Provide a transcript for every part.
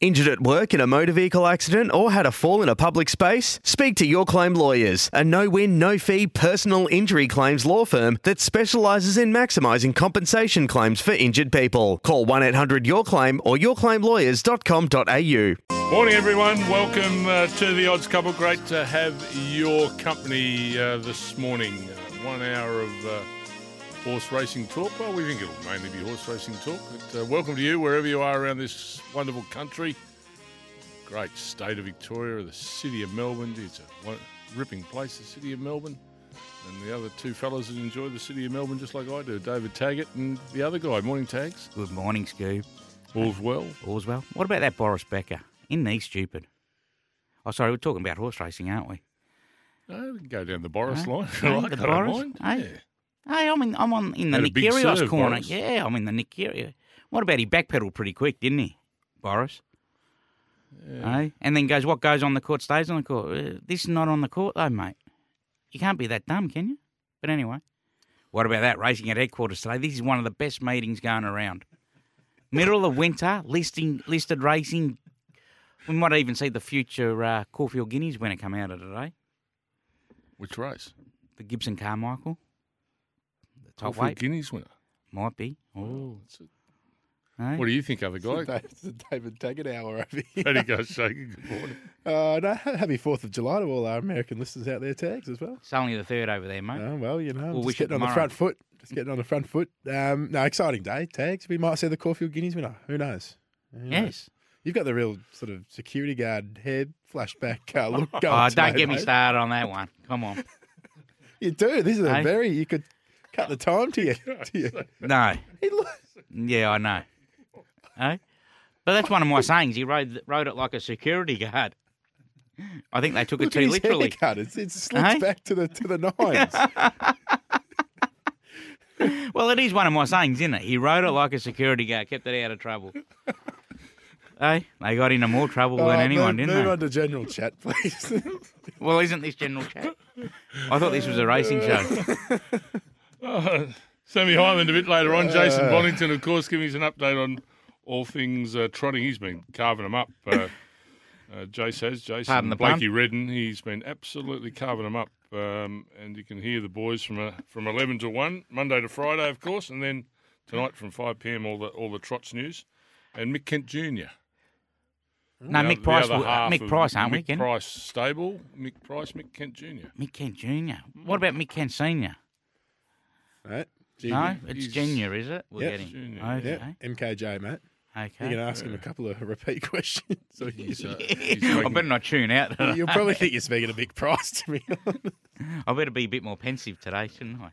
Injured at work in a motor vehicle accident or had a fall in a public space? Speak to Your Claim Lawyers, a no win, no fee personal injury claims law firm that specialises in maximising compensation claims for injured people. Call 1 800 Your Claim or yourclaimlawyers.com.au. Morning, everyone. Welcome uh, to the Odds Couple. Great to have your company uh, this morning. Uh, one hour of uh, horse racing talk. Well, we think it'll mainly be horse racing talk. But uh, welcome to you wherever you are around this wonderful country. Great state of Victoria, the city of Melbourne. It's a one- ripping place, the city of Melbourne. And the other two fellas that enjoy the city of Melbourne just like I do, David Taggett and the other guy. Morning, Tags. Good morning, Scoob. All's well. All's well. What about that Boris Becker? Isn't he stupid? Oh, sorry, we're talking about horse racing, aren't we? No, we can go down the Boris Huh? line. if you Down like. the I don't Boris? mind. Hey. Yeah. Hey, I'm in, I'm on in the Had a Nick big Kyrgios serve, corner. Boris. Yeah, I'm in the Nick Kyrgios. What about he backpedaled pretty quick, didn't he, Boris? Hey? And then goes, what goes on the court stays on the court. Uh, This is not on the court, though, mate. You can't be that dumb, can you? But anyway, what about that racing at headquarters today? This is one of the best meetings going around. Middle of winter, listing listed racing. We might even see the future uh, Caulfield Guineas winner come out of today. Which race? The Gibson Carmichael. The top Caulfield weight Guineas winner. might be. Oh, that's a- eh? What do you think, other It's guy? the Da- It's the David Taggart hour over here. Paddy goes shaking. Good morning. Uh, no, ha- happy Fourth of July to all our American listeners out there, tags as well. It's only the third over there, mate. Uh, well, you know, We'll just wish it getting on the tomorrow. front foot. Just getting on the front foot. Um, no, exciting day, tags. We might see the Caulfield Guineas winner. Who knows? Who knows? yes. You've got the real sort of security guard head flashback uh, look going. Oh, today, don't get me mate. started on that one. Come on. You do. This is Hey? a very. You could cut the time to you. To you. No. He looks- Yeah, I know. Eh? But that's one of my sayings. He rode th- rode it like a security guard. I think they took it Look at too his literally. haircut. It's, it slips Hey? back to the to the nines. Well, it is one of my sayings, isn't it? He rode it like a security guard, kept it out of trouble. hey, they got into more trouble Oh, than anyone, move, didn't move they? on to general chat, please. Well, isn't this general chat? I thought this was a racing show. Sammy Hyland a bit later on. Jason Bonington, of course, giving us an update on all things uh, trotting. He's been carving them up. Uh, uh, Jace has. Jason Pardon the pun. Blakey Redden. He's been absolutely carving them up. Um, and you can hear the boys from uh, from 11 to 1, Monday to Friday, of course. And then tonight from 5 p.m., all the, all the trots news. And Mick Kent Jr. No, Now, the Mick Price. other will- uh, half Mick of Price, aren't we? Mick Ken? Price stable. Mick Price, Mick Kent Jr. Mick Kent Jr. What about Mick Kent Sr.? right? No, it's He's- Junior, is it? We're Yep. getting. Junior, Okay. Yeah, MKJ, mate. Okay. You can ask him a couple of repeat questions. So He's, uh, you- he's I making- better not tune out. You'll probably think you're speaking a big price to me. I better be a bit more pensive today, shouldn't I?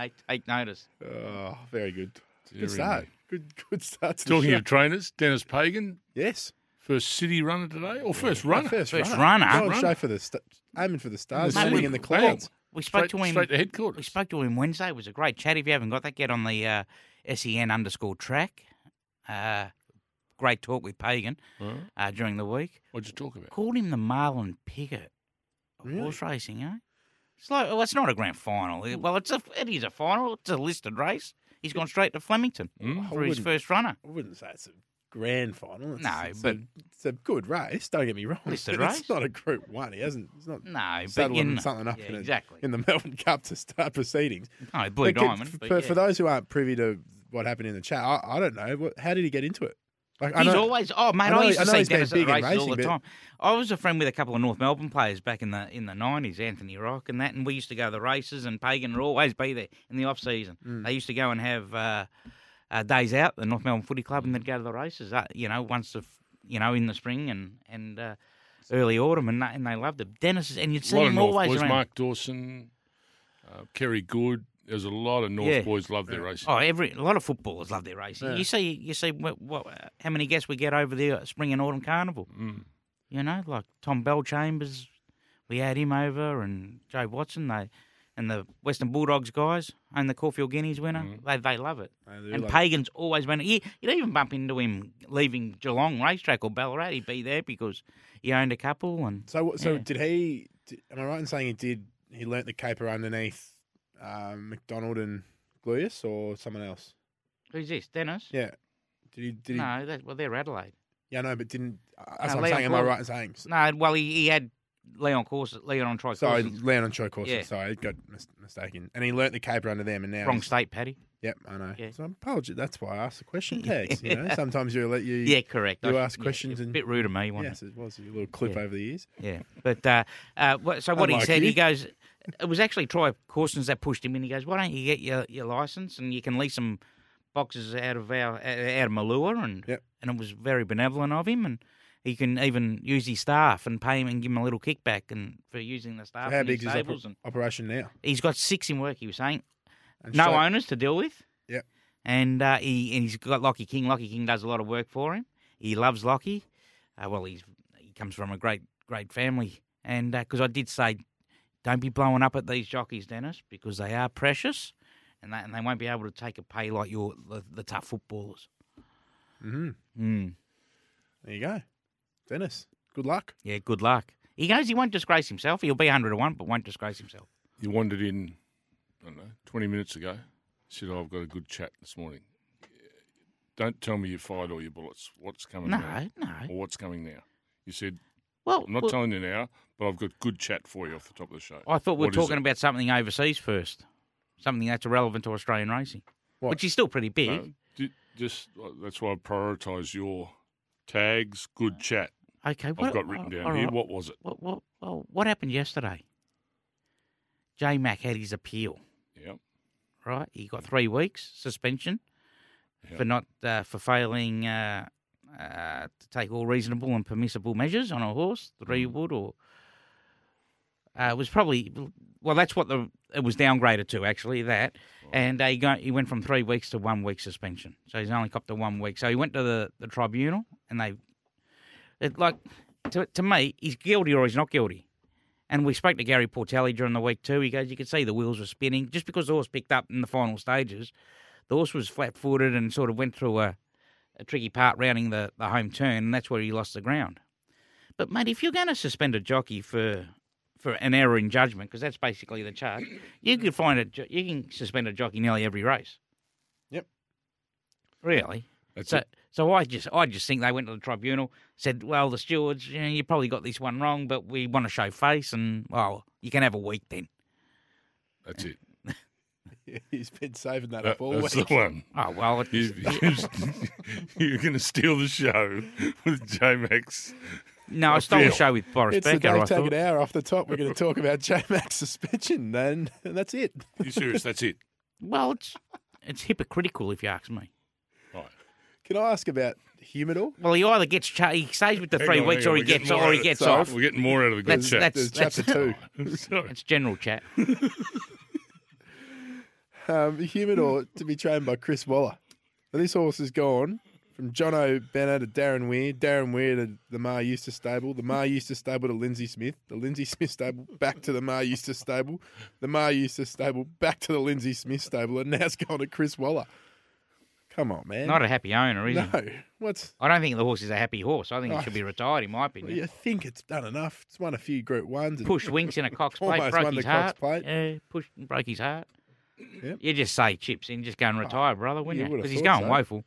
Hey, take notice. oh, very good. Deary Good start. Good, good start. To the Talking show. of trainers, Dennis Pagan, yes, first city runner today, or first runner? first, First runner. runner. Going Runner. straight for the st- aiming for the stars, Mate, sitting we- in the clouds. We spoke Straight, to him. straight to we headquarters. spoke to him Wednesday. It was a great chat. If you haven't got that, get on the uh, sen underscore track. Uh, great talk with Pagan Huh? uh, during the week. What'd you talk about? Called him the Marlon Piggott of Really? horse racing. Eh? It's like well, it's not a grand final. It- Well, it's a it is a final. It's a listed race. He's gone straight to Flemington Mm. for his wouldn't- first runner. I wouldn't say it's a grand final. It's, No, it's but- a, it's a good race. Don't get me wrong. It's a but race. It's not a Group One. He hasn't. He's not No, but you saddling know- something up yeah, in, a- exactly. in the Melbourne Cup to start proceedings. no, Blue But c- Diamond. f- but for, yeah. for those who aren't privy to what happened in the chat, I, I don't know. What, how did he get into it? Like, He's always oh mate, I, I know- used I to know see he's been Dennis at the big in races all racing, the but- time. I was a friend with a couple of North Melbourne players back in the in the nineties, Anthony Rock and that, and we used to go to the races and Pagan would always be there in the off season. Mm. They used to go and have uh, uh, days out at the North Melbourne Footy Club and they'd go to the races. Uh, you know, once the f- you know in the spring and and uh, early autumn, and they, and they loved it. Dennis is- and you'd A see lot of him North always boys. around. Mark Dawson, uh, Kerry Good. There's a lot of North Yeah. boys love their racing. Oh, every a lot of footballers love their racing. You see, you see what, what how many Mm. guests we get over the uh, spring and autumn carnival. You know, like Tom Bell Chambers We had him over and Joe Watson. They and the Western Bulldogs guys and the Caulfield Guineas winner. They they love it. Mm. They do and love it. Pagans always went. You, you'd even bump into him leaving Geelong racetrack or Ballarat. He'd be there because he owned a couple and So, what- so Yeah. did he? Did, am I right in saying he did? He learnt the caper underneath um, McDonald and Gluyas, or someone else? who's this? Dennis? Yeah. Did he? Did he? No, that, well they're Adelaide. Yeah, no, but didn't. That's No, what Leon I'm saying. Am I Gluyas. right in saying? No, well he, he had Leon Course Leon Troy Sorry, Corson's Leon and Troy Corson. Yeah. Sorry, got mis- mistaken. And he learnt the caper under them, and now wrong he's- state, Paddy. Yep, I know. Yeah. So I apologize. That's why I asked the question tags. You know, sometimes you let you. Yeah, correct. you I- asked yeah, questions a and- bit rude of me, wasn't Yes, it was a little clip Yeah. over the years. it? Yeah. But uh, uh, wha- so what he Unlike said, you. he goes, it was actually Troy Corson's that pushed him in. He goes, why don't you get your, your license and you can lease some boxes out of our out of Malua and Yep. and it was very benevolent of him and. He can even use his staff and pay him and give him a little kickback and for using the staff. How and his big is his stables oper- and operation now? he's got six in work. He was saying And no so- owners to deal with. Yep. And uh, he and he's got Lockie King. Lockie King does a lot of work for him. He loves Lockie. Uh, well, he's he comes from a great great family. And because I did say, don't be blowing up at these jockeys, Dennis, because they are precious, and they, and they won't be able to take a pay like your the, the tough footballers. Mhm. Mm. There you go, Dennis. Good luck. Yeah. Good luck. He goes. He won't disgrace himself. He'll be hundred to one, but won't disgrace himself. You wandered in, I don't know, 20 minutes ago. Said, oh, I've got a good chat this morning. Don't tell me you fired all your bullets. What's coming now? No. No. Or what's coming now? You said, Well, I'm not well, telling you now, but I've got good chat for you off the top of the show. I thought we were What is talking it? about something overseas first, something that's irrelevant to Australian racing, What? which is still pretty big. No, ju- Um, just uh, That's why I prioritise your tags, good chat. Okay, I've got written down Uh, all here. right. What was it? What, what, well, what happened yesterday? J Mac had his appeal, Yeah. right? He got three weeks suspension Yeah. for not uh, for failing uh, uh, to take all reasonable and permissible measures on a horse, three wood, or uh, it was probably well. That's what the it was downgraded to actually that, and they got he went from three weeks to one week suspension. So he's only copped to one week. So he went to the, the tribunal, and they it, like to to me, he's guilty or he's not guilty. And we spoke to Gary Portelli during the week too. He goes, you could see the wheels were spinning just because the horse picked up in the final stages. The horse was flat-footed and sort of went through a, a tricky part rounding the, the home turn, and that's where he lost the ground. But mate, if you're going to suspend a jockey for for an error in judgment, because that's basically the charge, you could find a jo- you can suspend a jockey nearly every race. Yep. Really. That's So, it. so I just, I just think they went to the tribunal, said, "Well, the stewards, you know, you probably got this one wrong, but we want to show face, and well, you can have a week then." That's it. He's been saving that, That- up all that's week. the one. Oh well, it, You, you, are going to steal the show with J Max. no, I stole the feel. show with Boris It's the Becker. day I take thought. an hour off the top. We're going to talk about J Max suspension, and that's it. You serious? That's it. Well, it's it's hypocritical if you ask me. Right. Can I ask about humidor? Well, he either gets cha- he stays with the Hang three on, weeks, hang on, or he we're getting gets more or he out of- gets sorry, off. We're getting more out of the good That's- chat. There's That's- chapter two. Sorry. It's general chat. Um, humidor to be trained by Chris Waller. Now, this horse has gone from John O'Banner to Darren Weir, Darren Weir to the Mar Eustace stable, the Mar Eustace stable to Lindsay Smith, the Lindsay Smith stable back to the Mar Eustace stable, the Mar Eustace stable back to the Lindsay Smith stable, and now it's gone to Chris Waller. Come on, man. Not a happy owner, is he? no. What's I don't think the horse is a happy horse. I think Oh. he should be retired. In my Well, opinion, you think it's done enough. It's won a few Group Ones. And pushed Winks in a Cox plate, Almost broke won the his Cox heart. plate. Yeah, pushed and broke his heart. Yep. Ah, You just say chips and just go and retire, brother, you wouldn't you? would've Because he's thought going so. woeful.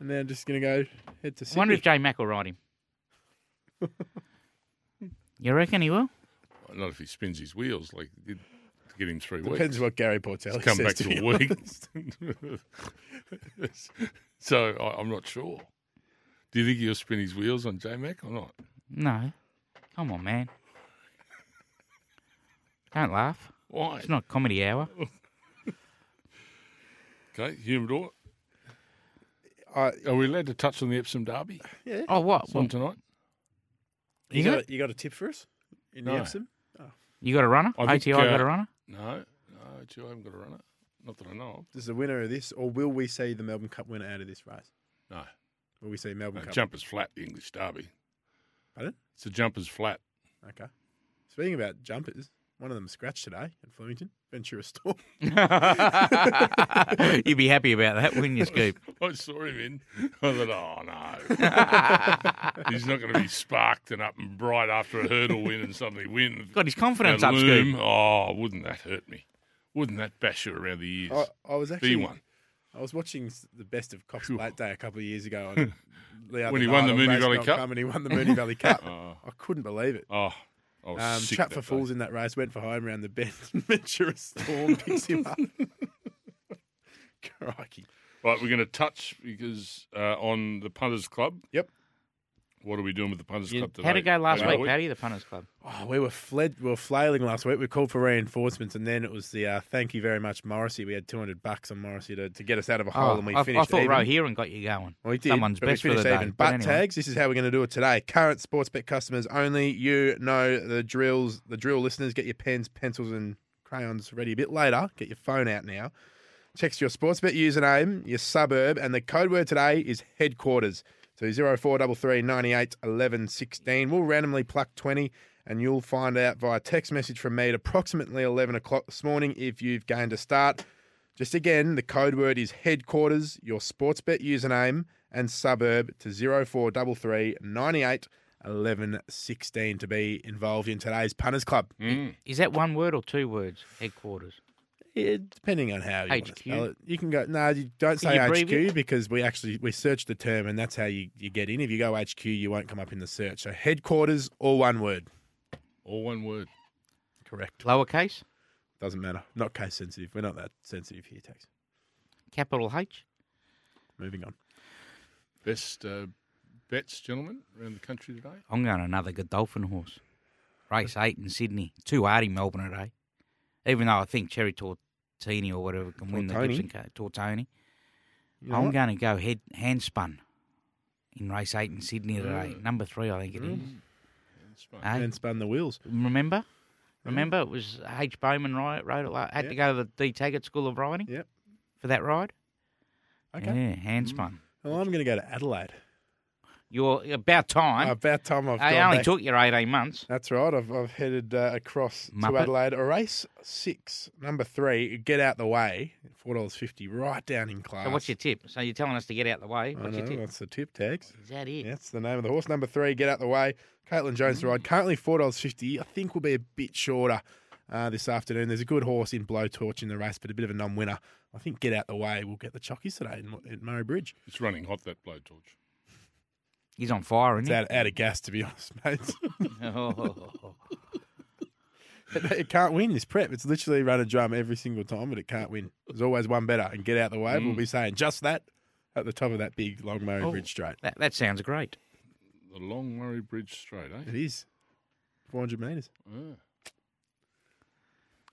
And now just going to go head to I wonder Sydney. if Jay Mack will ride him. you reckon he will? Not if he spins his wheels like he did to get him three Depends weeks. what Gary Portelli Come says back to to me. a week. so I, I'm not sure. Do you think he'll spin his wheels on J Mac or not? No. Come on, man. Don't laugh. Why? It's not comedy hour. Okay, humidor. I- Are we allowed to touch on the Epsom Derby Oh, what? from Well, tonight? You Is got, a, you got a tip for us in No. the Epsom? you got a runner? I think, OTI got uh, a runner? No, no, gee, I haven't got a runner. Not that I know Does the winner of this, or will we see the Melbourne Cup winner out of this race? of. No. Will we see Uh, Melbourne No, Cup? jumper's flat, the English derby. Pardon? It's a jumper's flat. Okay. So Speaking about jumpers, one of them scratched today at Flemington, Ventura Storm. uh, You'd be happy about that, wouldn't you, Scoop? I saw him in. I thought, oh no, he's not going to be sparked and up and bright after a hurdle win and suddenly win. Got his And confidence up, loom. Scoop. Oh, wouldn't that hurt me? Wouldn't that bash you around the ears? I, I was actually B1. I was watching s- the best of Cox Phew. Plate Day a couple of years ago. On the other When he night won the on Moonee Race Valley Dot Cup? Com And he won the Mooney Valley Cup. Oh. I couldn't believe it. Oh, I was Um, sick trap that for day. fools in that race went for home round the bend. Ventura Storm picks him up. Crikey. Right, we're going to touch because uh, on the punters club. Yep. What are we doing with the punters club today? How'd it go last Are week, we- Paddy, the punters club? Oh, we were fled. We were flailing last week. We called for reinforcements, and then it was the uh, thank you very much, Morrissey. We had two hundred bucks on Morrissey to, to get us out of a hole, and we Oh, Ah, I, I finished. thought even. Rohirrim got you going. We did, Someone's but we best for the finished day. even. but Butt anyway. tags. This is how we're going to do it today. Current sports bet customers only. You know the drills. The drill listeners, get your pens, pencils, and crayons ready a bit later. Get your phone out now. Text your sports bet username, your suburb, and the code word today is headquarters. So 0433 98 11 16. We'll randomly pluck 20 and you'll find out via text message from me at approximately 11 o'clock this morning if you've gained a start. Just again, the code word is headquarters, your sports bet username, and suburb to 0433 98 11 16 to be involved in today's Punters Club. Mm. Is that one word or two words? Headquarters. Yeah, depending on how you want HQ. to spell it. You can go, no, you don't say you HQ abbreviate? because we actually, we searched the term and that's how you, you get in. If you go HQ, you won't come up in the search. So headquarters, all one word. All one word. Correct. Lowercase, Doesn't matter. Not case sensitive. We're not that sensitive here, Tex. capital H. Moving on. Best uh, bets, gentlemen, around the country today. I'm going another Godolphin horse. Race eight in Sydney. Too hard in Melbourne today. Even though I think Cherry Tortini or whatever can win the Tortoni. Gibson Cup. Tortoni. You know I'm what? going to go head hand spun in race eight in Sydney Mm. today. Number three, I think it is. That's fine. Eh? And spun the wheels. Remember? Hmm? Remember, it was H. Bowman right, rode it. la- Had to go to the D. Taggart School of Riding Yep. for that ride. Okay. Hmm. Yeah, hand spun. Well, I'm going to go to Adelaide. You're about time. About time I've I gone only back. took you 18 months. That's right. I've, I've headed uh, across Muppet. to Adelaide. A race six, number three, get out the way. Four dollars fifty, right down in class. So what's your tip? So you're telling us to get out the way. I What's know, your tip? That's the tip tags. Is that it? That's the name of the horse. Number three, get out the way. Caitlin Jones to Mm. ride. Currently four dollars fifty. I think will be a bit shorter uh, this afternoon. There's a good horse in Blowtorch in the race, but a bit of a non-winner. I think get out the way. We'll get the chockies today in, at Murray Bridge. It's running hot, that blowtorch. He's on fire, It's isn't out, out of gas, to be honest, mates. he? Oh. But it can't win this prep. It's literally run a drum every single time, but it can't win. There's always one better and get out the way. We'll be saying just that at the top of that big long Murray Mm. Oh. Bridge straight. that, that sounds great. The long Murray Bridge straight, eh? It is. 400 metres. Ah.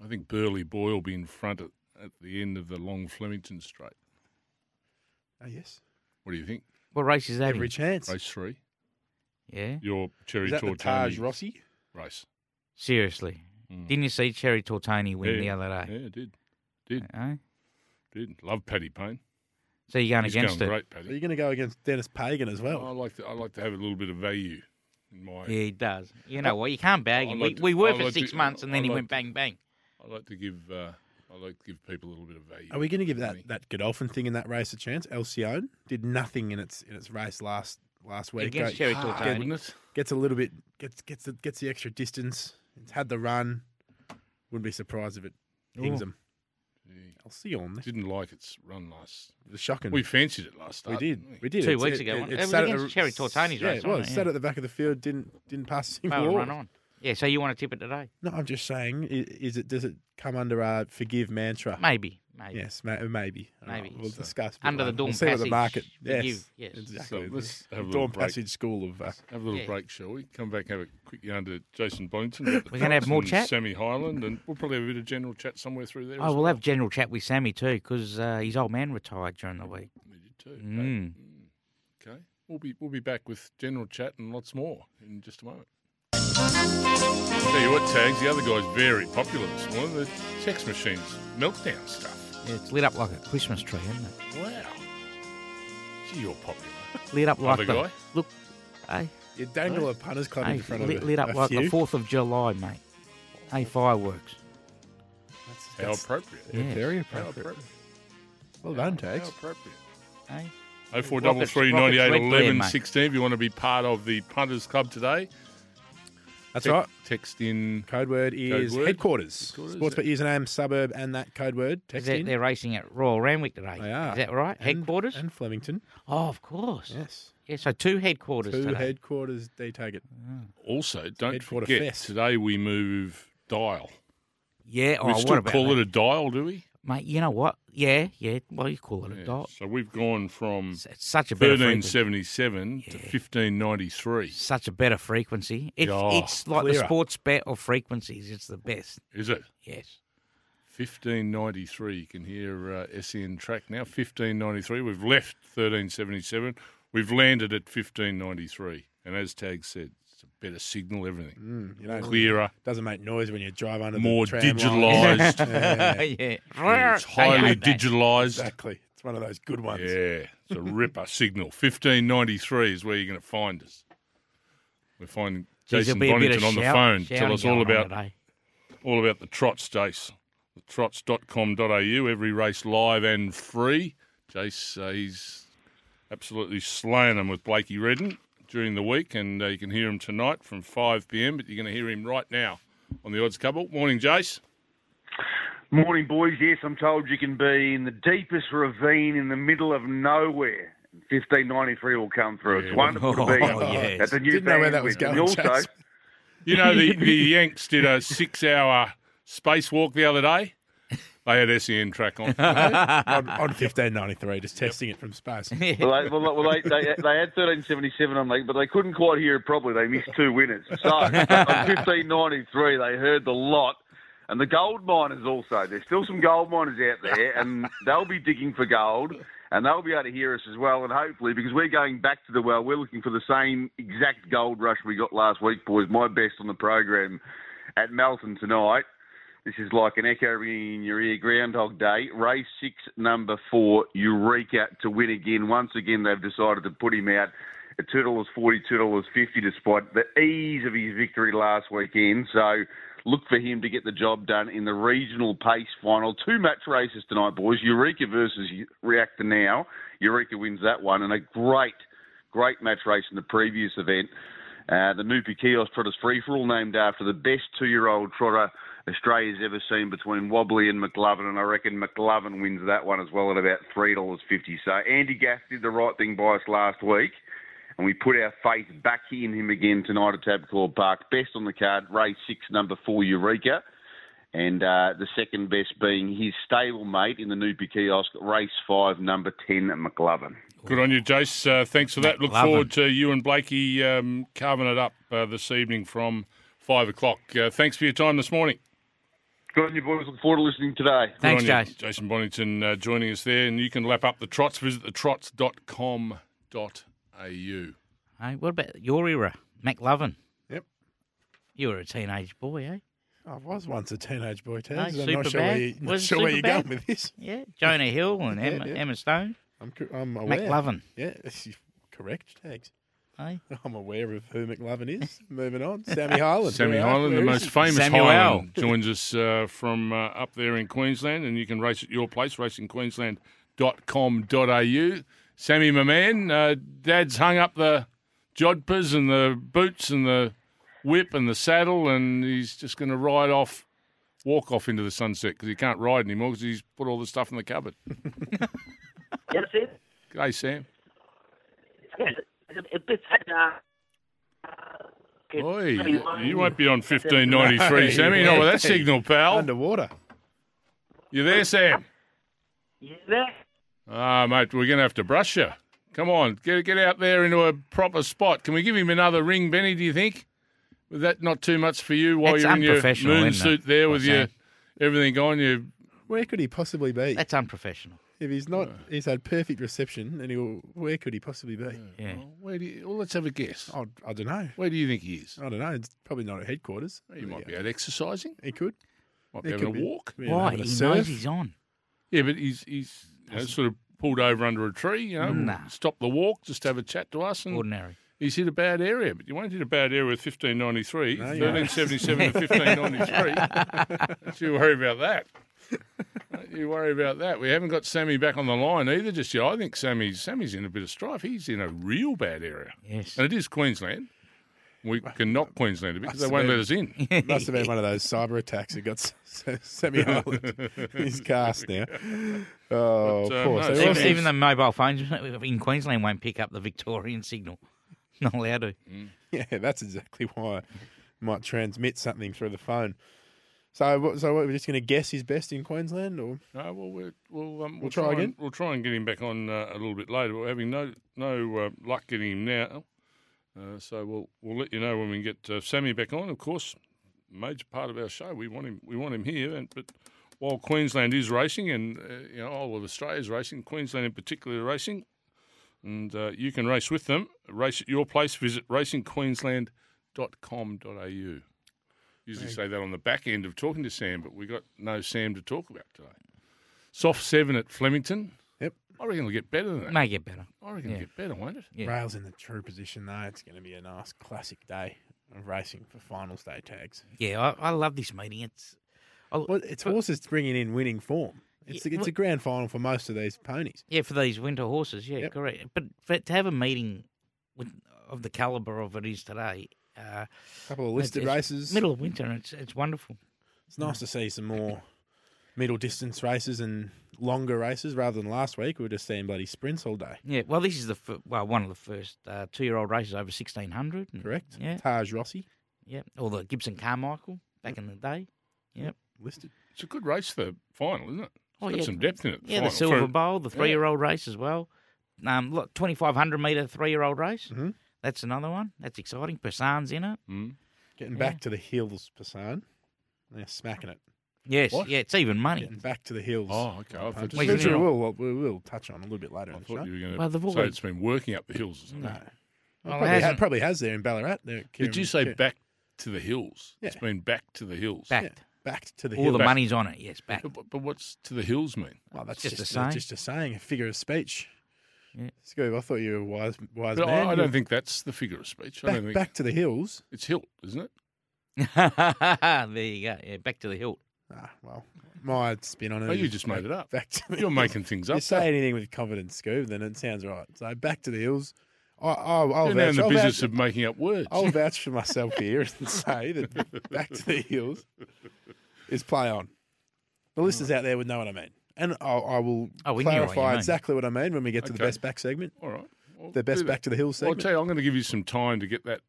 I think Burley Boy will be in front at, at the end of the long Flemington straight. Oh, yes. What do you think? What race is that? in? Every chance. Race three. Yeah. Your Cherry Is that the Taj Tortoni Rossi? race. Seriously. Hmm. Mm. Didn't you see Cherry Tortoni win the Yeah. other day? Yeah, it did. Eh? Did. Love Paddy Payne. So you're going He's against going it? great, Are you Paddy. going to go against Dennis Pagan as I Oh, well? like to I like to have a little bit of value in my Yeah, he does. You know what? You can't bag I him. like We, to- we were I for like to- six months, and I then he like went to- bang bang. I like to give uh, I like to give people a little bit of value. Are we going to give that, Money. that Godolphin thing in that race a chance? Elcione did nothing in its in its race last last week. Against Go- Cherry Tortoni. Wouldn't it? Gets a little bit gets gets the, gets the extra distance. It's had the run. Wouldn't be surprised if it pings Ooh. him. Alcyone. Didn't like its run last. It was shocking. We fancied it last We start, did. didn't We did. Two It's- weeks ago, wasn't it? It was sat at against Cherry Tortoni's yeah, race, It was. wasn't it? Sat at the back of the field. Didn't didn't pass a single Well, ball. run Oh, on. Yeah. So you want to tip it today? No, I'm just saying. i- Is it? Does it come under our forgive mantra? Maybe. Maybe. Yes, ma- maybe. All right, Maybe. we'll So, discuss. a bit under the later. dawn we'll see What the passage, market. Yes. forgive, yes. Exactly. So let's The have a little dawn break. passage school of. Uh, Have a little Yeah. break, shall we? Come back, have a quick yarn to Jason Bonington. about the We're gonna have Ducks more and chat? Sammy Highland, and we'll probably have a bit of general chat somewhere through there. Oh, as we'll have general chat with Sammy too, because uh, his old man retired during the week. We did too. Okay. Mm. Okay. We'll be we'll be back with general chat and lots more in just a moment. Tell you what, tags. The other guy's very popular this morning. The text machines meltdown stuff. Yeah, it's lit up like a Christmas tree, isn't it? Wow. Gee, you're popular. Lit up like Other the guy? look, hey, you dangle a punters club hey, in front lit, of a- lit up a like the few. Fourth of July, mate. Hey, fireworks. How appropriate. Yeah. Very How appropriate. appropriate. Well done, How Takes. appropriate. Hey? Oh four double three ninety Rockets, eight Rockets, Red Bear, eleven mate. sixteen. If you want to be part of the punters club today, That's te- right. Text in. Code word is word. headquarters. Headquarters, Sports bet username, suburb, and that code word. Is Text that- in. they're racing at Royal Randwick today. They are. Is that right? And- headquarters? and Flemington. oh, of course. Yeah. Yes. so two headquarters Two today. headquarters. They take it. Also, don't Headquarter forget fest. today we move dial. yeah, oh, we what still about call that? it a dial, do we? Mate, you know what? Yeah, yeah. Well, you call it a Yeah. dot. So we've gone from It's, it's such a better thirteen frequency. seventy seven to fifteen ninety three. Such a better frequency. It's, Yeah. it's like the Clearer. sports bet of frequencies. It's the best. Is it? Yes. 1593. You can hear uh, SEN track now. 1593. We've left 1377. We've landed at 1593. And as Tag said, it's a better signal, everything. Mm, you know, Clearer, doesn't make noise when you drive under more the tram line. digitalised. Yeah. it's highly digitalised. Exactly. It's one of those good Yeah, ones. it's a ripper signal. 1593 is where you're going to find us. We're finding Jason Bonington on the phone. Tell us all about all about the trots, Jace. The trots.com.au, every race live and free. Jace, uh, he's absolutely slaying them with Blakey Redden during the week, and uh, you can hear him tonight from 5 pm, but you're going to hear him right now on the odds couple. Morning, Jace. Morning, boys. Yes, I'm told you can be in the deepest ravine in the middle of nowhere. 1593 will come through. It's wonderful to be. Oh, yes. That's a new Didn't know where that bandwidth. was going, And also, Jason. You know, the, the Yanks did a six hour spacewalk the other day. They had SEN track on. on, on 1593, just testing it from space. well, they, well, well, they, they, they had 1377 on, they, but they couldn't quite hear it properly. They missed two winners. So, on 1593, they heard the lot. And the gold miners also. There's still some gold miners out there, and they'll be digging for gold, and they'll be able to hear us as well. And hopefully, because we're going back to the well, we're looking for the same exact gold rush we got last week, boys. My best on the program at Melton tonight. This is like an echo ringing in your ear. Groundhog Day, race six, number four, Eureka to win again. Once again, they've decided to put him out at two dollars forty, two dollars fifty, despite the ease of his victory last weekend. So look for him to get the job done in the regional pace final. Two match races tonight, boys. Eureka versus Reactor now. Eureka wins that one, and a great, great match race in the previous event. Uh, the Nupi Kios Trotters Free For All, named after the best two year old trotter Australia's ever seen between Wobbly and McLovin, and I reckon McLovin wins that one as well at about $3.50. So Andy Gaff did the right thing by us last week, and we put our faith back in him again tonight at Tabcorp Park. Best on the card, race six, number four, Eureka. And uh, the second best being his stablemate in the Nupi Kiosk, race five, number 10, McLovin. Good on you, Jace. Uh, thanks for that. Look Love forward it. to you and Blakey um, carving it up uh, this evening from five o'clock. Uh, thanks for your time this morning. Good on you, boys. Look forward to listening today. Thanks, Good on Jace. you. Jason Bonington uh, joining us there. And you can lap up the trots. Visit the trots.com.au. Hey, what about your era, McLovin? Yep. You were a teenage boy, eh? I was once a teenage boy, Taz. No, I'm not sure where, Superbad? you, not Was it sure where you're Superbad? going with this. Yeah. Jonah Hill and Yeah, Emma, yeah. Emma Stone. I'm, cor- I'm aware. McLovin. Yeah, you're correct, Tags. Hey? I'm aware of who McLovin is. Moving on. Sammy Highland. Sammy Where- Highland, the where most is he? famous Samuel. Highland, joins us uh, from uh, up there in Queensland. And you can race at your place, racingqueensland.com.au. Sammy, my man, uh, Dad's hung up the jodhpurs and the boots and the whip and the saddle, and he's just going to ride off, walk off into the sunset because he can't ride anymore because he's put all the stuff in the cupboard. Yes, it- G'day, Sam. yes, it's a- it's a bit sad, uh, uh, it's Oi, pretty long. you won't be on 1593, Sammy. Not with that signal, Oh. pal. Underwater. You there, Sam? You there? Ah, mate, we're going to have to brush you. Come on, get get out there into a proper spot. Can we give him another ring, Benny? Do you think? Was that not too much for you while That's you're in your unprofessional, moon isn't it? suit there with What's your that? everything on? You Where could he possibly be? That's unprofessional. If he's not, he's had perfect reception, and he'll, where could he possibly be? Yeah. where do you? Well, let's have a guess. I, I don't know. Where do you think he is? Oh, I don't know. It's probably not at headquarters. He might be out exercising. He could. Might be He having a could be. walk. Be Why? having He a knows surf. he's on. Yeah, but he's he's you know, sort of pulled over under a tree. You know, Nah. stop the walk, just have a chat to us, and Ordinary. He's hit a bad area, but you won't hit a bad area with 1593. No, you won't. 1377 to 1593. Don't you worry about that. Don't you worry about that. We haven't got Sammy back on the line either just yet. I think Sammy's Sammy's in a bit of strife. He's in a real bad area. Yes. And it is Queensland. We can knock Queensland a bit because they won't let us in. It must have been one of those cyber attacks that got semi island in his cast now. Oh, But, uh, of course. no, They it's- also- Even, even the mobile phones in Queensland won't pick up the Victorian signal. Not allowed to. Yeah, that's exactly why I might transmit something through the phone. So, what, so what, we're just going to guess his best in Queensland, or No, well, we're, we'll, um, we'll, try and- again? we'll try and get him back on uh, a little bit later. We're having no no uh, luck getting him now, uh, so we'll we'll let you know when we get uh, Sammy back on. Of course, major part of our show. We want him. We want him here. And but while Queensland is racing, and uh, you know all of Australia's racing, Queensland in particular are racing, and uh, you can race with them. Race at your place. Visit racingqueensland.com.au. Usually say that on the back end of talking to Sam, but we got no Sam to talk about today. Soft seven at Flemington. Yep. I reckon it'll get better than that. May get better. I reckon it'll get better, won't it? Yeah. Rails in the true position though. It's going to be a nice classic day of racing for finals day tags. Yeah, I, I love this meeting. It's oh, Well, it's horses bringing in winning form. It's Yeah, it's a grand final for most of these ponies. yeah for these winter horses. Yeah, Yep. correct. But for, to have a meeting with, of the caliber of it is today, uh, A couple of listed it's- races. middle of winter, and it's it's wonderful. It's nice to see some more middle distance races and longer races rather than last week. We were just seeing bloody sprints all day. Yeah, well, this is the fir- well one of the first uh, two year old races over sixteen hundred. Correct. Yeah, Taj Rossi yeah. Or the Gibson Carmichael back in the day. listed. It's a good race, the final, isn't it? It's Oh, got yeah. some depth in it. Yeah, final. the Silver For- Bowl, the three year old race as well. Um, look, twenty five hundred meter three year old race. Mhm. That's another one. That's exciting. Persan's in it. Mm. Getting Yeah. back to the hills, Passan. They're smacking it. Yes, What? yeah, it's even money. Getting back to the hills. Oh, okay. I thought, Punches, Wait, you, which we no. will, we will touch on a little bit later I in the thought show. you were going to Well, they've say always- it's been working up the hills or something. No. Well, it probably, ha- hasn't. probably has there in Ballarat. There at Did you Kieran- say Kieran- back to the hills? It's Yeah. been back to the hills. Back. Back to the All hill. the back. money's on it. Yes, back. But, but what's to the hills mean? Well, that's Just just, a a, saying. just a saying, a figure of speech. Yeah. Scoob, I thought you were a wise, wise But man. I, I You're don't think that's the figure of speech. I back, don't think back to the hills. it's hilt, isn't it? there you go. Yeah, back to the hilt. Ah, well, my spin on it. Oh, you is just made it up. Back to the You're making things up. You say anything with confidence, Scoob, then it sounds right. So back to the hills. I, I, I'll You're now vouch. in the I'll business vouch, of making up words. I'll vouch for myself here and say that back to the hills is play on. The listeners out there would know what I mean, and I, I will Oh, we knew what you clarify mean. exactly what I mean when we get to the Okay. best back segment, All right. Well, the do best that. back to the hills Well, I'll segment. tell you, I'm going to give you some time to get that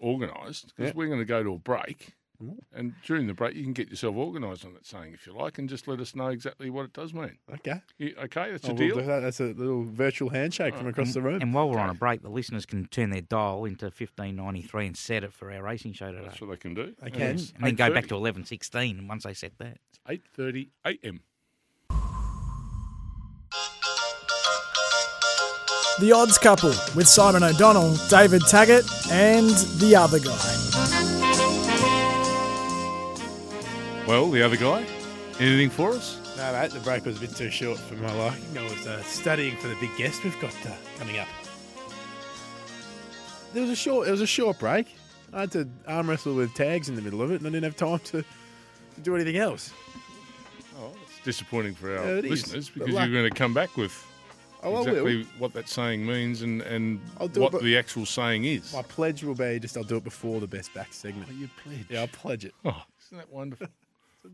organised because Yeah. Mm-hmm. we're going to go to a break. Ooh. And during the break, you can get yourself organised on that saying if you like and just let us know exactly what it does mean. okay, You- okay, that's I a will deal. do that. That's a little virtual handshake from across the room. Mm, And while we're on a break, the listeners can turn their dial into 1593 and set it for our racing show today. That's what they can do. I can. And then go back to 1116 once they set that. 8.30 a.m. The Odds Couple with Simon O'Donnell, David Taggart, and the other guy. Well, the other guy, anything for us? No, mate, the break was a bit too short for my liking. I was uh, studying for the big guest we've got uh, coming up. There was a short. It was a short break. I had to arm wrestle with tags in the middle of it, and I didn't have time to, to do anything else. Oh, it's disappointing for our Yeah, it is. listeners But because luck- you're going to come back with Oh, I exactly will. what that saying means and, and I'll do it, what but- the actual saying is. My pledge will be just I'll do it before the best back segment. Oh, you pledge. Yeah, I'll pledge it. Oh, isn't that wonderful?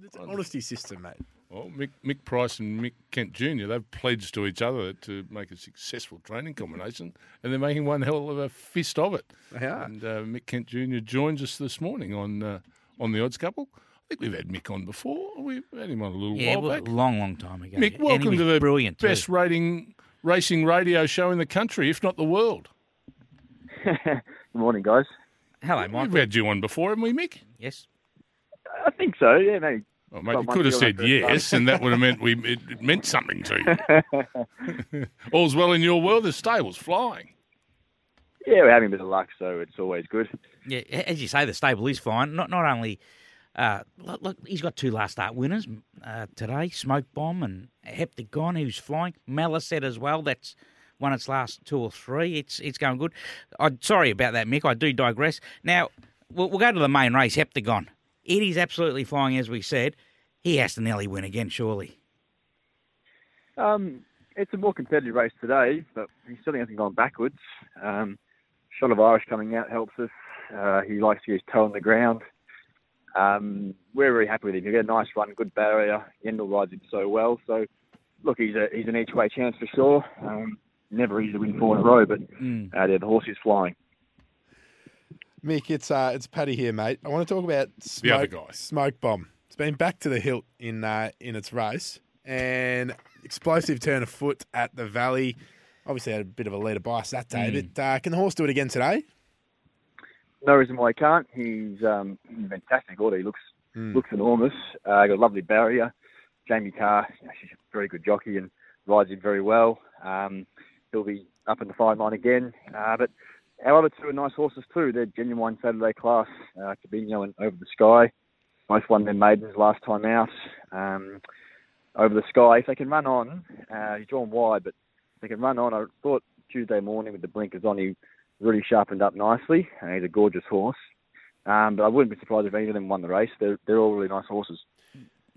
It's an honesty system, mate. Well, Mick, Mick Price and Mick Kent Jr. They've pledged to each other to make a successful training combination, and they're making one hell of a fist of it. They are. And uh, Mick Kent Jr. joins us this morning on uh, on the Odds Couple. I think we've had Mick on before. We've had him on a little Yeah, while well, back. long, long time ago. Mick, And he welcome was to the brilliant too. best rating racing radio show in the country, if not the world. Good morning, guys. Hello, Mike. We've had you on before, haven't we, Mick? Yes. I think so. Yeah, no. Oh, mate, you Well, mate, could have you're said like a- yes, and that would have meant we it, it meant something to you. All's well in your world. The stable's flying. Yeah, we're having a bit of luck, so it's always good. Yeah, a- as you say, the stable is fine. Not not only, uh, look, look, he's got two last start winners uh, today: Smoke Bomb and Heptagon, who's flying. Malice said as well. That's won its last two or three. It's it's going good. I, sorry about that, Mick. I do digress. Now we'll, we'll go to the main race, Heptagon. It is absolutely flying, as we said. He has to nearly win again, surely. Um, it's a more competitive race today, but he certainly hasn't gone backwards. Um, shot of Irish coming out helps us. Uh, he likes to get his toe on the ground. Um, we're very happy with him. He got a nice run, good barrier. Yendel rides him so well. So, look, he's a he's an each way chance for sure. Um, never easy to win four in a row, but uh, yeah, the horse is flying. Mick, it's uh, it's Paddy here, mate. I want to talk about smoke, other guy. smoke bomb. It's been back to the hilt in uh, in its race, and explosive turn of foot at the Valley. Obviously had a bit of a leader bias that day, Mm. but uh, can the horse do it again today? no reason why he can't. He's um, he's fantastic order. He looks looks enormous. Uh, got a lovely barrier. Jamie Carr, you know, she's a very good jockey and rides him very well. Um, he'll be up in the five line again. Uh, but our other two are nice horses too. They're genuine Saturday class. Uh, Cabinho and Over the Sky. Both won their maidens last time out. Um, over the sky. If they can run on, uh, he's drawn wide, but if they can run on, I thought Tuesday morning with the blinkers on, he really sharpened up nicely, and he's a gorgeous horse. Um, but I wouldn't be surprised if any of them won the race. They're, they're all really nice horses.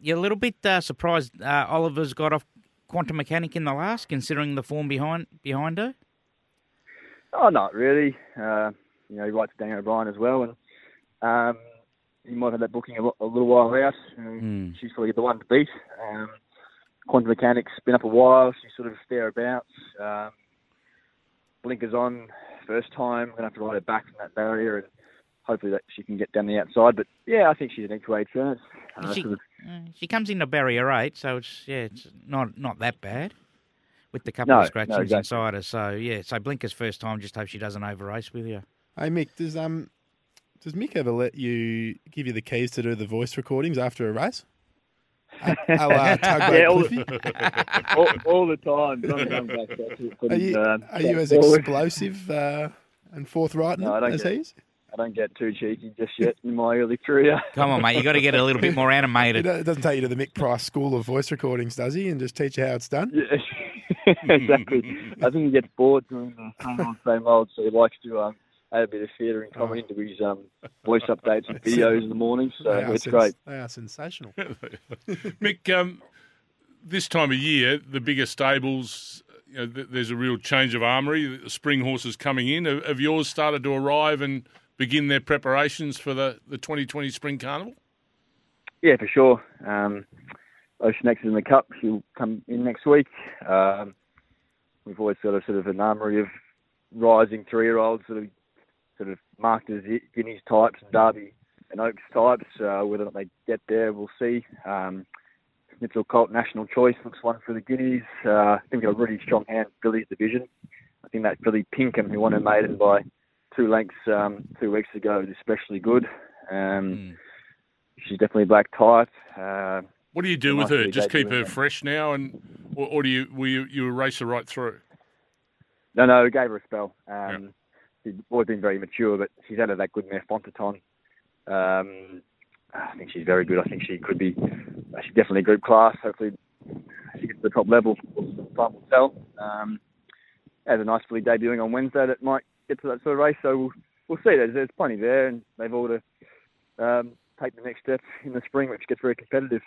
You're a little bit uh, surprised uh, Oliver's got off Quantum Mechanic in the last, considering the form behind behind her. Oh, not really. Uh, you know, he writes Daniel O'Brien as well, and um, he might have that booking a, lo- a little while out. And She's probably the one to beat. Um, Quantum Mechanics been up a while. She's sort of thereabouts. Um, blinkers on first time. We're gonna have to ride her back from that barrier, and hopefully that she can get down the outside. But yeah, I think she's an equal chance. Uh, she, sort of- uh, she comes into barrier eight, so it's yeah, it's not not that bad. With the couple No, of no, scratchings exactly. inside her, so yeah, so Blinker's first time. Just hope she doesn't over race with you. Hey Mick, does um does Mick ever let you give you the keys to do the voice recordings after a race? A- a la Tugboat Yeah, all- Cliffy? all, all the time. Don't come back, that's it. Are you, Um, are you as forward. explosive uh, and forthright in No, it I don't as get he is? I don't get too cheeky just yet in my early career. Come on, mate, you got to get a little bit more It animated. do- it doesn't take you to the Mick Price School of Voice Recordings, does he? And just teach you how it's done? Yeah, exactly. I think he gets bored doing the same old, same old, so he likes to um, add a bit of theatre and comedy into his um, voice updates and videos in the morning. So They are it's sens- great. They are sensational. Mick, um, this time of year, the bigger stables, you know, th- there's a real change of armoury. The Spring horses coming in. Have, have yours started to arrive and begin their preparations for the, the 2020 Spring Carnival? Yeah, for sure. Um, Ocean X is in the cup. She'll come in next week. Um, we've always got a sort of an armoury of rising three-year-olds that are sort of marked as Guineas types and Derby and Oaks types. Uh, whether or not they get there, we'll see. Um, Mitchell Colt National Choice looks one for the Guineas. Uh, I think we've got a really strong hand, Billy's division. I think that Billy Pinkham, who won her maiden by two lengths um, two weeks ago, is especially good. Um, She's definitely black tight. Uh, What do you do It with might her? be Just Jake keep her Williams. fresh now, and or, or do you will you, you race her right through? no, no, it gave her a spell. Um, She's always been very mature, but she's out of that good mare Fontaton. Um, I think she's very good. I think she could be. uh, She's definitely group class. Hopefully, she gets to the top level. Time will tell. Um, has a nice filly debuting on Wednesday that might get to that sort of race. So we'll, we'll see. There's, there's plenty there, and they've all to um, take the next step in the spring, which gets very competitive.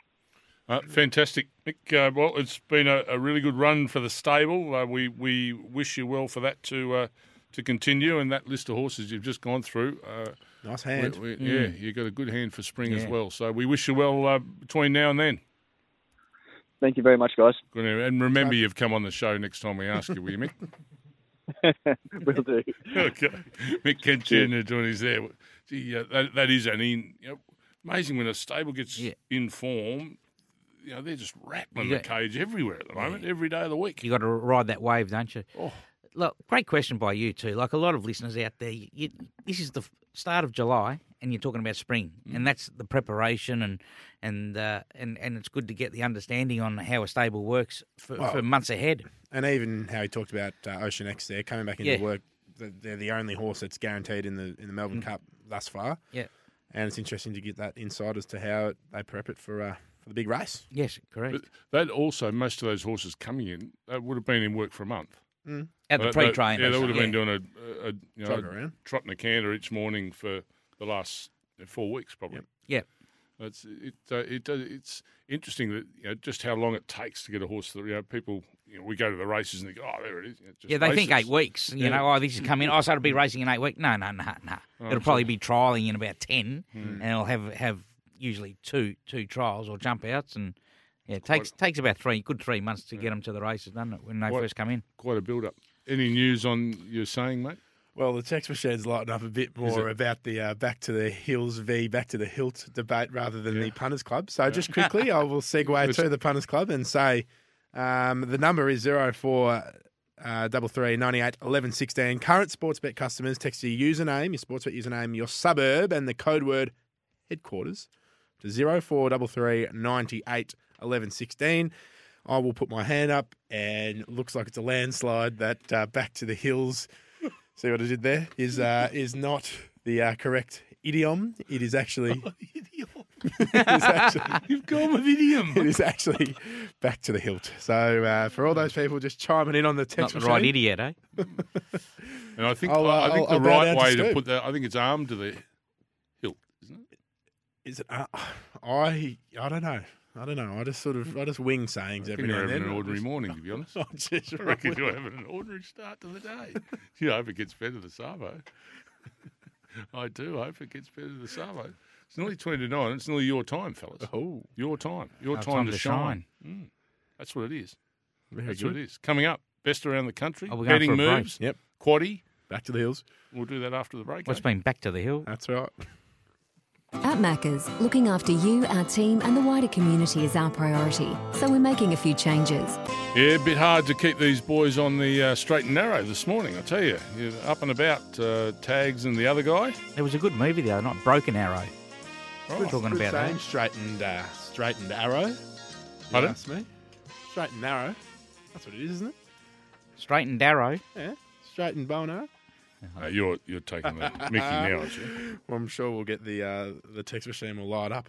Uh, fantastic, Mick. Uh, well, it's been a, a really good run for the stable. Uh, we we wish you well for that to uh, to continue, and that list of horses you've just gone through. Uh, Nice we- hand. Mm. we- yeah, you got a good hand for spring as well. So we wish you well uh, between now and then. Thank you very much, guys. Good on you. And remember, you've come on the show next time we ask you, will you, Mick? Will do. okay. Mick Kentner doing his there. Gee, uh, that, that is an in, you know, amazing when a stable gets Yeah. in form. You know, they're just rattling You the got- cage everywhere at the moment, every day of the week. You got to ride that wave, don't you? Oh. Look, great question by you too. Like a lot of listeners out there, you, you, this is the f- start of July, and you're talking about spring, Mm. and that's the preparation, and and uh, and and it's good to get the understanding on how a stable works for, for months ahead. And even how he talked about uh, Ocean X there coming back into Yeah. work. th- They're the only horse that's guaranteed in the in the Mm. Melbourne Cup thus far. Yeah. And it's interesting to get that insight as to how it- they prep it for uh, for the big race. Yes, correct. But that also, most of those horses coming in, that would have been in work for a month. At the Well, pre that- train. Yeah, they would have been doing a, a, a you know, Trot a around. trot and a canter each morning for the last uh, four weeks, probably. Yep. It's it uh, it does, it's interesting that you know, just how long it takes to get a horse. That you know, people you know, we go to the races and they go, oh, there it is. you know, just Yeah, they think races. eight weeks. You Yeah. Oh, know, oh, this is coming. Oh, so it'll be racing in eight weeks. No, no, no, no. it'll probably be trialing in about ten, Hmm. and it'll have have usually two two trials or jump outs, and yeah, it takes takes about three good three months to get 'em get them to the races, doesn't it? When they Quite- first come in. Quite a build up. Any news on your saying, mate? Well, the text machine's lighting up a bit more about the uh, back to the hills v back to the hilt debate rather than the punters club. So just quickly, I will segue to the punters club and say um, the number is zero four uh, double three ninety eight eleven sixteen. Current Sportsbet customers text your username, your Sportsbet username, your suburb, and the code word headquarters to zero four double three ninety eight eleven sixteen. I will put my hand up, and it looks like it's a landslide that uh, back to the hills. See what I did there? Is uh, is not the uh, correct idiom. It is actually. it is actually. You've gone with idiom. It is actually back to the hilt. So uh, for all those people just chiming in on the Not text, the right machine, idiot, eh? And I think I'll, uh, I, I think I'll- the I'll bow right down to way to Scoop. put that. I think it's armed to the hilt, isn't it? Is it? Uh, I I don't know. I don't know. I just sort of I just wing sayings I every think you're now and having then. an Oh, I ordinary just- morning, to be honest. I just I reckon you're having an ordinary start to the day. you hope it gets better the Savo. I do hope it gets better the Savo. It's nearly 20 to 9. It's nearly your time, fellas. Oh, Your time. Your Our time, to, shine. Mm. That's what it is. very That's good. what it is. Coming up, best around the country. Oh, we're going betting for a break. moves. Yep. Quaddy. Back to the hills. We'll do that after the break. What's eh? been back to the hill? That's right. At Macca's, looking after you, our team, and the wider community is our priority. So we're making a few changes. Yeah, a bit hard to keep these boys on the uh, straight and narrow this morning, I tell you. You're up and about, uh, Tags and the other guy. There was a good movie the other night, Broken Arrow. Oh, We're talking Good about saying. that. Straightened, uh, straightened arrow. You Pardon? asked me. Straight and narrow. That's what it is, isn't it? Straightened Arrow. Yeah. Eh, Straight and eh? bow and arrow. Uh, you're, you're taking the Mickey now, aren't you? Well, I'm sure we'll get the uh, the text machine will light up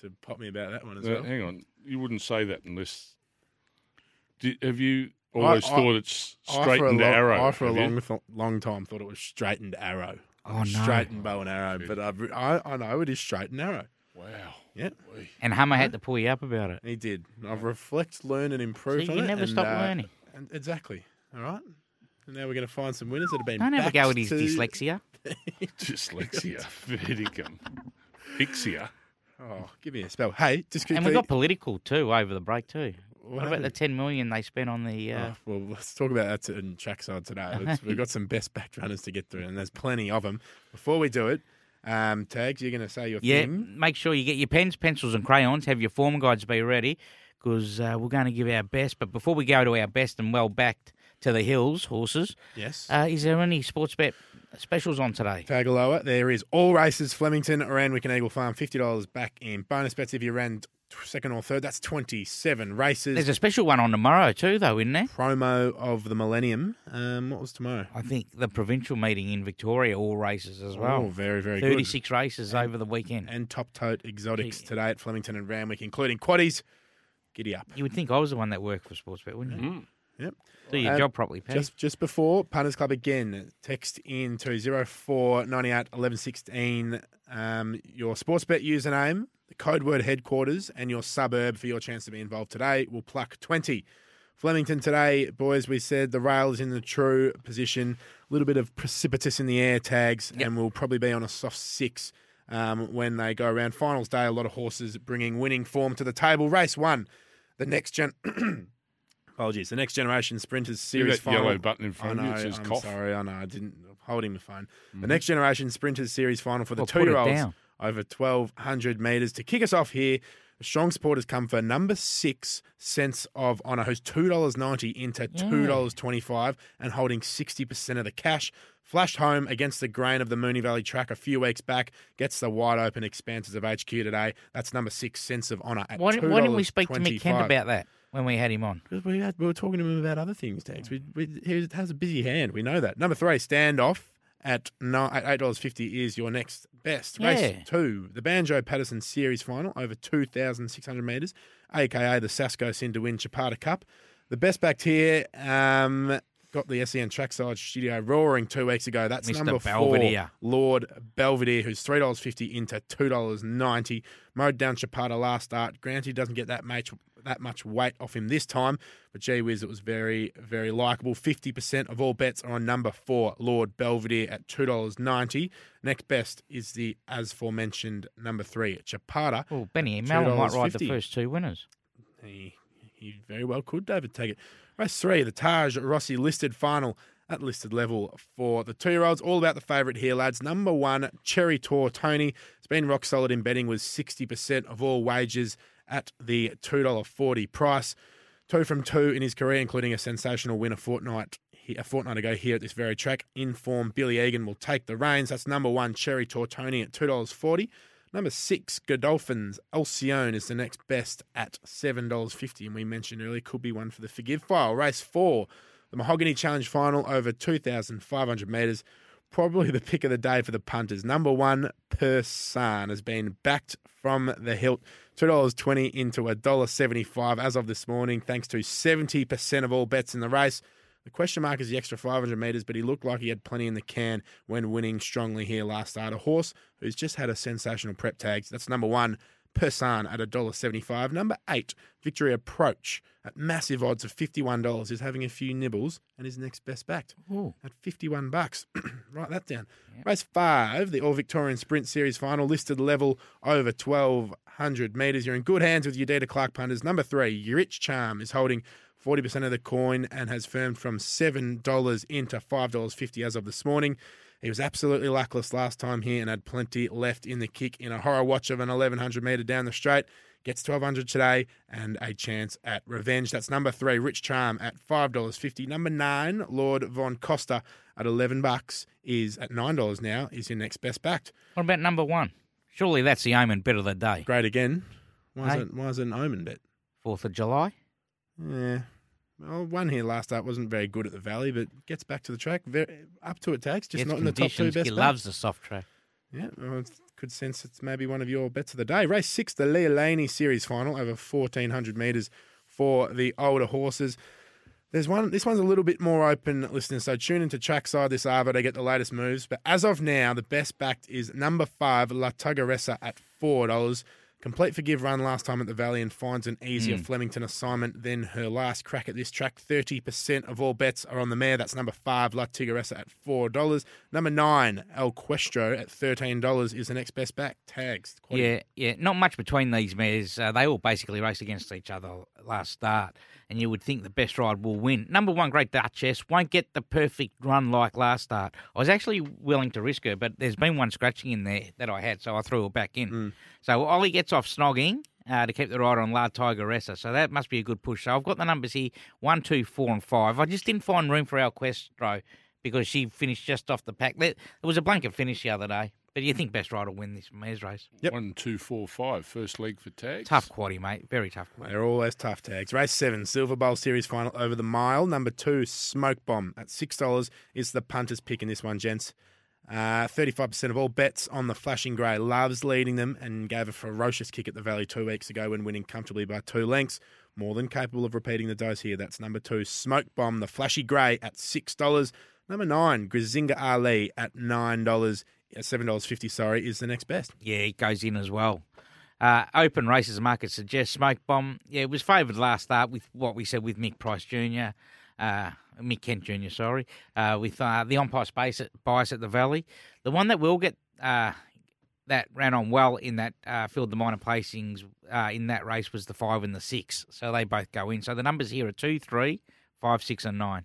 to pop me about that one as Uh, well. hang on, you wouldn't say that unless. Did, have you always I- thought it's I for a straightened long, arrow? I for a have you? long, th- long time thought it was straightened arrow. Oh, no. Straightened bow and arrow, but I've, re- I I know it is straight and arrow. Wow. Yeah, And Hummer had to pull you up about it. he did. I've reflect, learn, and improve. See, on you it, never and, stop uh, learning. and- exactly. All right. And now we're going to find some winners that have been. Don't ever backed go with his to- dyslexia. Dyslexia, verticum, fixia. Oh, give me a spell. Hey, just And we quickly. got political too over the break too. What, about happened? the ten million they spent on the? Uh, Oh, well, let's talk about that t- in trackside today. Let's- we've got some best back runners to get through, and there's plenty of them. Before we do it, um, tags, you're going to say your yeah, thing. make sure you get your pens, pencils, and crayons. Have your form guides be ready because uh, we're going to give our best. But before we go to our best and well backed to the hills, horses. Yes. Uh, is there any sports bet uh, specials on today? Tagaloa, there is all races Flemington, Randwick, and Eagle Farm. Fifty dollars back in bonus bets if you ran t- second or third. That's twenty-seven races. There's a special one on tomorrow too, though, isn't there? promo of the millennium. Um, what was tomorrow? I think the provincial meeting in Victoria, all races as oh, well. very very good. Thirty-six races over the weekend. and top tote exotics today at Flemington and Randwick, including quaddies. Giddy up. you would think I was the one that worked for sports bet, wouldn't you? Yep. Do your Um, job properly, Pat. Just just before Punters Club again, text in to 04 98 11 16, um, your sports bet username, the code word headquarters, and your suburb for your chance to be involved today. We'll pluck 20. Flemington today, boys, we said the rail is in the true position. A little bit of precipitous in the air tags, and we'll probably be on a soft six um, when they go around finals day. A lot of horses bringing winning form to the table. Race one, the next gen. Apologies, the next generation sprinters See series that final. yellow button in I front know, of you. It says I'm cough. Mm-hmm. sorry, I know. I didn't hold him the phone. The next generation sprinters series final for the Well, put it two-year-olds down. over 1,200 metres. To kick us off here, the strong support has come for number six, Sense of Honour, who's $2.90 into $2.25 and holding 60% of the cash. Flashed home against the grain of the Mooney Valley track a few weeks back. Gets the wide open expanses of HQ today. That's number six, Sense of Honour at Why, didn't- why didn't we speak to Mick Kent $2.25. about that when we had him on? Because we, had, we were talking to him about other things, Dax. We, we, he has a busy hand. We know that. Number three, standoff at no, at eight dollars fifty is your next best race. Yeah. Two, the Banjo Patterson Series Final over two thousand six hundred meters, aka the Sasco Sin to win Chapata Cup. The best backed here, um, got the SEN Trackside Studio roaring two weeks ago. That's Mr. number Belvedere. four, Lord Belvedere, who's three dollars fifty into two dollars ninety. Mowed down Chapada last start. Granted, he doesn't get that much that much weight off him this time, but gee whiz, it was very very likable. Fifty percent of all bets are on number four, Lord Belvedere at two dollars ninety. Next best is the as aforementioned number three, Chapada. Oh, Benny Mallon might ride the first two winners. He, he very well could, David Taggart. Race three, the Taj Rossi listed final at listed level for the two year olds. All about the favourite here, lads. Number one, Cherry Tour Tony. It's been rock solid in betting with 60% of all wagers at the $2.40 price. Two from two in his career, including a sensational win a fortnight he- a fortnight ago here at this very track. In form, Billy Egan will take the reins. That's number one, Cherry Tortoni at two dollars forty. Number six, Godolphins Alcyone is the next best at seven dollars fifty, and we mentioned earlier could be one for the forgive file. Race four, the Mahogany Challenge final over two thousand five hundred meters. Probably the pick of the day for the punters. Number one, Persan has been backed from the hilt. $2.20 into $1.75 as of this morning, thanks to 70% of all bets in the race. The question mark is the extra 500 metres, but he looked like he had plenty in the can when winning strongly here last start. A horse who's just had a sensational prep tag. That's number one, Persan at $1.75. Number eight, Victory Approach at massive odds of $51 is having a few nibbles and is next best backed at 51 bucks. Write that down. Race five, the All Victorian Sprint Series final, listed level over 1,200 metres. You're in good hands with your Data Clark punters. Number three, Rich Charm is holding 40% of the coin and has firmed from $7 into $5.50 as of this morning. He was absolutely luckless last time here and had plenty left in the kick in a horror watch of an 1100 metre down the straight. Gets 1200 today and a chance at revenge. That's number three, Rich Charm at $5.50. Number nine, Lord Von Costa at 11 bucks is at $9 now, is your next best backed. What about number one? Surely that's the omen bit of the day. Great again. Why, Hey. is, it, why is it an omen bet? Fourth of July. Yeah. Well, one here last up wasn't very good at the Valley, but gets back to the track. Very, up to it tags, just Gets not in the top two conditions. best. He bets. loves the soft track. Yeah, well, it's- could sense it's maybe one of your bets of the day. Race six, the Leah Laney Series final over 1,400 metres for the older horses. There's one. This one's a little bit more open, listeners. So tune into Trackside this hour to get the latest moves. But as of now, the best backed is number five La Tugaressa at four dollars. Complete forgive run last time at the Valley and finds an easier Mm. Flemington assignment than her last crack at this track. Thirty percent of all bets are on the mare. That's number five La Tugaressa at four dollars. Number nine El Questro at thirteen dollars is the next best back. Tags. Quite a- Yeah, yeah. Not much between these mares. Uh, they all basically raced against each other last start, and you would think the best ride will win. Number one, Great Duchess won't get the perfect run like last start. I was actually willing to risk her, but there's been one scratching in there that I had, so I threw her back in. So Ollie gets off snogging. Uh, to keep the rider on La Tigeressa, so that must be a good push. So I've got the numbers here: one, two, four, and five. I just didn't find room for our Questro because she finished just off the pack. There it was a blanket finish the other day, but you think Best Rider will win this mares race? One, two, four, five. First leg for tags. Tough quaddy, mate. Very tough. They're always tough tags. Race seven, Silver Bowl Series final over the mile. Number two, Smoke Bomb at six dollars is the punter's pick in this one, gents. Uh, Thirty-five percent of all bets on the Flashing Grey loves leading them and gave a ferocious kick at the Valley two weeks ago when winning comfortably by two lengths. More than capable of repeating the dose here. That's number two, Smoke Bomb, the Flashy Grey at six dollars. Number nine, Grizinga Ali at nine dollars, uh, seven dollars fifty. Sorry, is the next best. Yeah, it goes in as well. Uh, open races market suggests Smoke Bomb. Yeah, it was favoured last start with what we said with Mick Price Jr. Uh, Mick Kent Jr. Sorry, uh, with uh, the umpire space at, bias at the Valley. The one that will get uh, that ran on well in that uh, filled the minor placings uh, in that race was the five and the six. So they both go in. So the numbers here are two, three, five, six, and nine.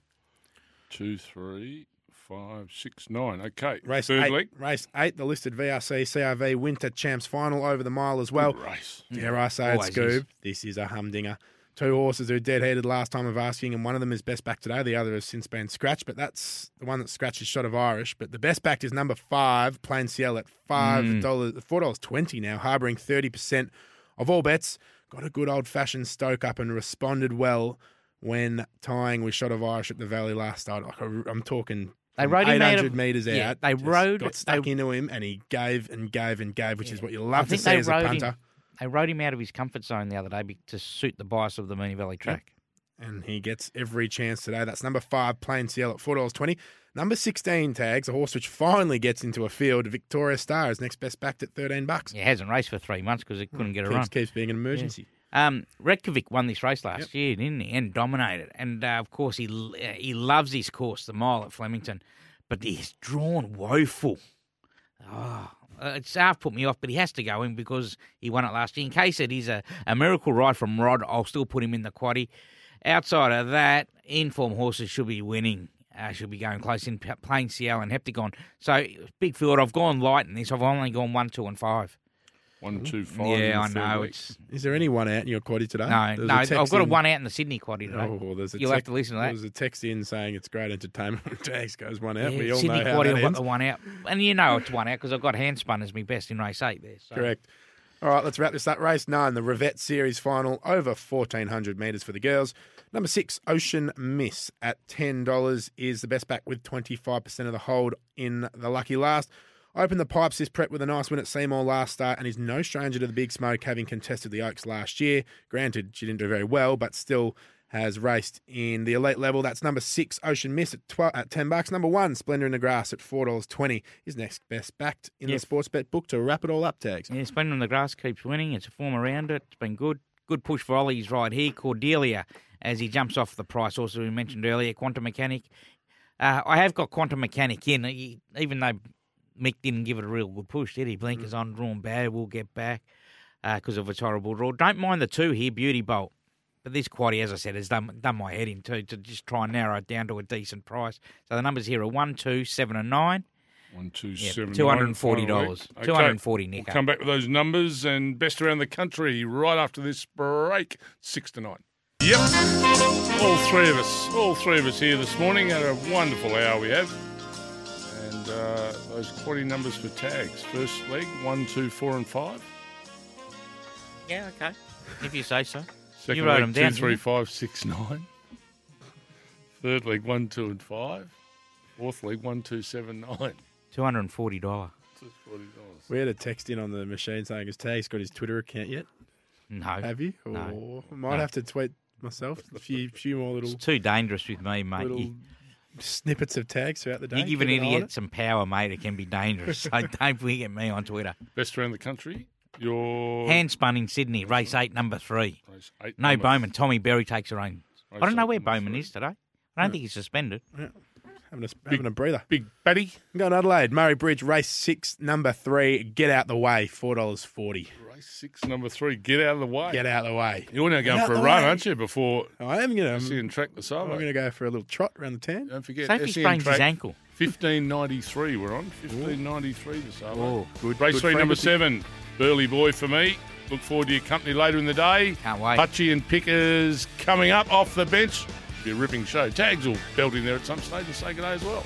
Two, three, five, six, nine. Okay. Race Third eight, leg. race eight, the listed VRC CRV Winter Champs final over the mile as well. Good race. Dare I say it, Always Scoob? is. This is a humdinger. Two horses who dead-headed last time of asking, and one of them is best back today. The other has since been scratched, but that's the one that scratched is shot of Irish. But the best backed is number five, Plain Ciel at Mm. five dollars, four dollars twenty now, harbouring thirty percent of all bets. Got a good old-fashioned stoke up and responded well when tying with shot of Irish at the Valley last start. Like, I- I'm talking They rode him out of- eight hundred meters out. yeah, they just rode- got stuck into him, and he gave and gave and gave, which is what you love I to think see they as a rode punter. Him, they rode him out of his comfort zone the other day be- to suit the bias of the Mooney Valley track. and he gets every chance today. That's number five, Plain CL at four dollars twenty. Number sixteen tags a horse which finally gets into a field. Victoria Star is next best backed at thirteen bucks. It hasn't raced for three months because it couldn't get a Mm. keeps, run. Keeps being an emergency. Um, Reykjavik won this race last year, didn't he? And dominated. And uh, of course, he l- uh, he loves his course, the mile at Flemington, but he's drawn woeful. Oh, uh, it's half put me off, but he has to go in because he won it last year. In case it is a, a miracle ride from Rod, I'll still put him in the quaddy. Outside of that, inform horses should be winning. Uh, should be going close in P- Plain CL and Heptagon. So big field. I've gone light in this. I've only gone one, two, and five. One, two, five. in Yeah, the I third know. week. It's Is there any one out in your quaddy today? no, There was no. a I've text got a in- one out in the Sydney quaddy today. Oh, well, there's a You'll tec- have to listen to There that. was a text in saying it's great entertainment when Tags goes one out. Yeah, we all Sydney know how quaddy that I've got ends. the one out, and you know it's one out because I've got handspun as my best in race eight there. So. Correct. All right, let's wrap this up. Race nine, the Revette Series final, over 1,400 metres for the girls. Number six, Ocean Miss at $10 is the best back with 25% of the hold in the lucky last. Opened the pipes this prep with a nice win at Seymour last start and is no stranger to the big smoke, having contested the Oaks last year. Granted, she didn't do very well, but still has raced in the elite level. That's number six, Ocean Miss at, 12, at 10 bucks. Number one, Splendor in the Grass at $4.20 is next best backed in the Yep. sports bet book to wrap it all up, Tags. Yeah, Splendid on the Grass keeps winning. It's a form around it. It's been good. Good push for Ollie's right here. Cordelia, as he jumps off the price, also we mentioned earlier, Quantum Mechanic. Uh, I have got Quantum Mechanic in, he- even though Mick didn't give it a real good push, did he? Blinkers on, drawn bad, will get back because of its horrible draw. Don't mind the two here, Beauty Bolt. But this quaddy, as I said, has done, done my head in too, to just try and narrow it down to a decent price. So the numbers here are 1, 2, 7 and 9. One, two, Yep, seven, $240. nine, final week. Okay. $240, Nico. We'll come back with those numbers and best around the country right after this break, six to nine. Yep. All three of us, all three of us here this morning had a wonderful hour we have. And uh, those quality numbers for tags. First leg, one, two, four, and five. Yeah, okay. If you say so. Second you wrote leg, them down. two, three, didn't you? five, six, nine. Third leg, one, two, and five. Fourth leg, one, two, seven, nine. $240. We had a text in on the machine saying, "Has Tag's got his Twitter account yet?" No. Have you? Or No. might No. have to tweet myself a few, few more little It's too dangerous with me, mate. little You, snippets of tags throughout the day. you give an Keep an eye on idiot it. some power, mate. It can be dangerous. so don't forget me on Twitter. Best around the country. Your Handspun in Sydney, race eight, number three. eight, no number Bowman. Tommy Berry takes her own. I Race don't know eight, where Bowman is today. I don't think he's suspended. Having a, having a breather. Big Batty. I'm going Adelaide, Murray Bridge, race six, number three. Get out the way, four dollars forty. Race six, number three. Get out of the way. Get out of the way. You're now going Out for a the run, way. aren't you? Before I am going see to. and track this I'm over. going to go for a little trot around the town. Don't forget, Sophie E SEN sprains his track, ankle. 1593 we're on. 1593 this hour. Oh, good- Race good three, number frequency. seven. Burly boy for me. Look forward to your company later in the day. Can't wait. Hutchie and Pickers coming up off the bench. Be a ripping show. Tags will belt in there at some stage and say good day as well.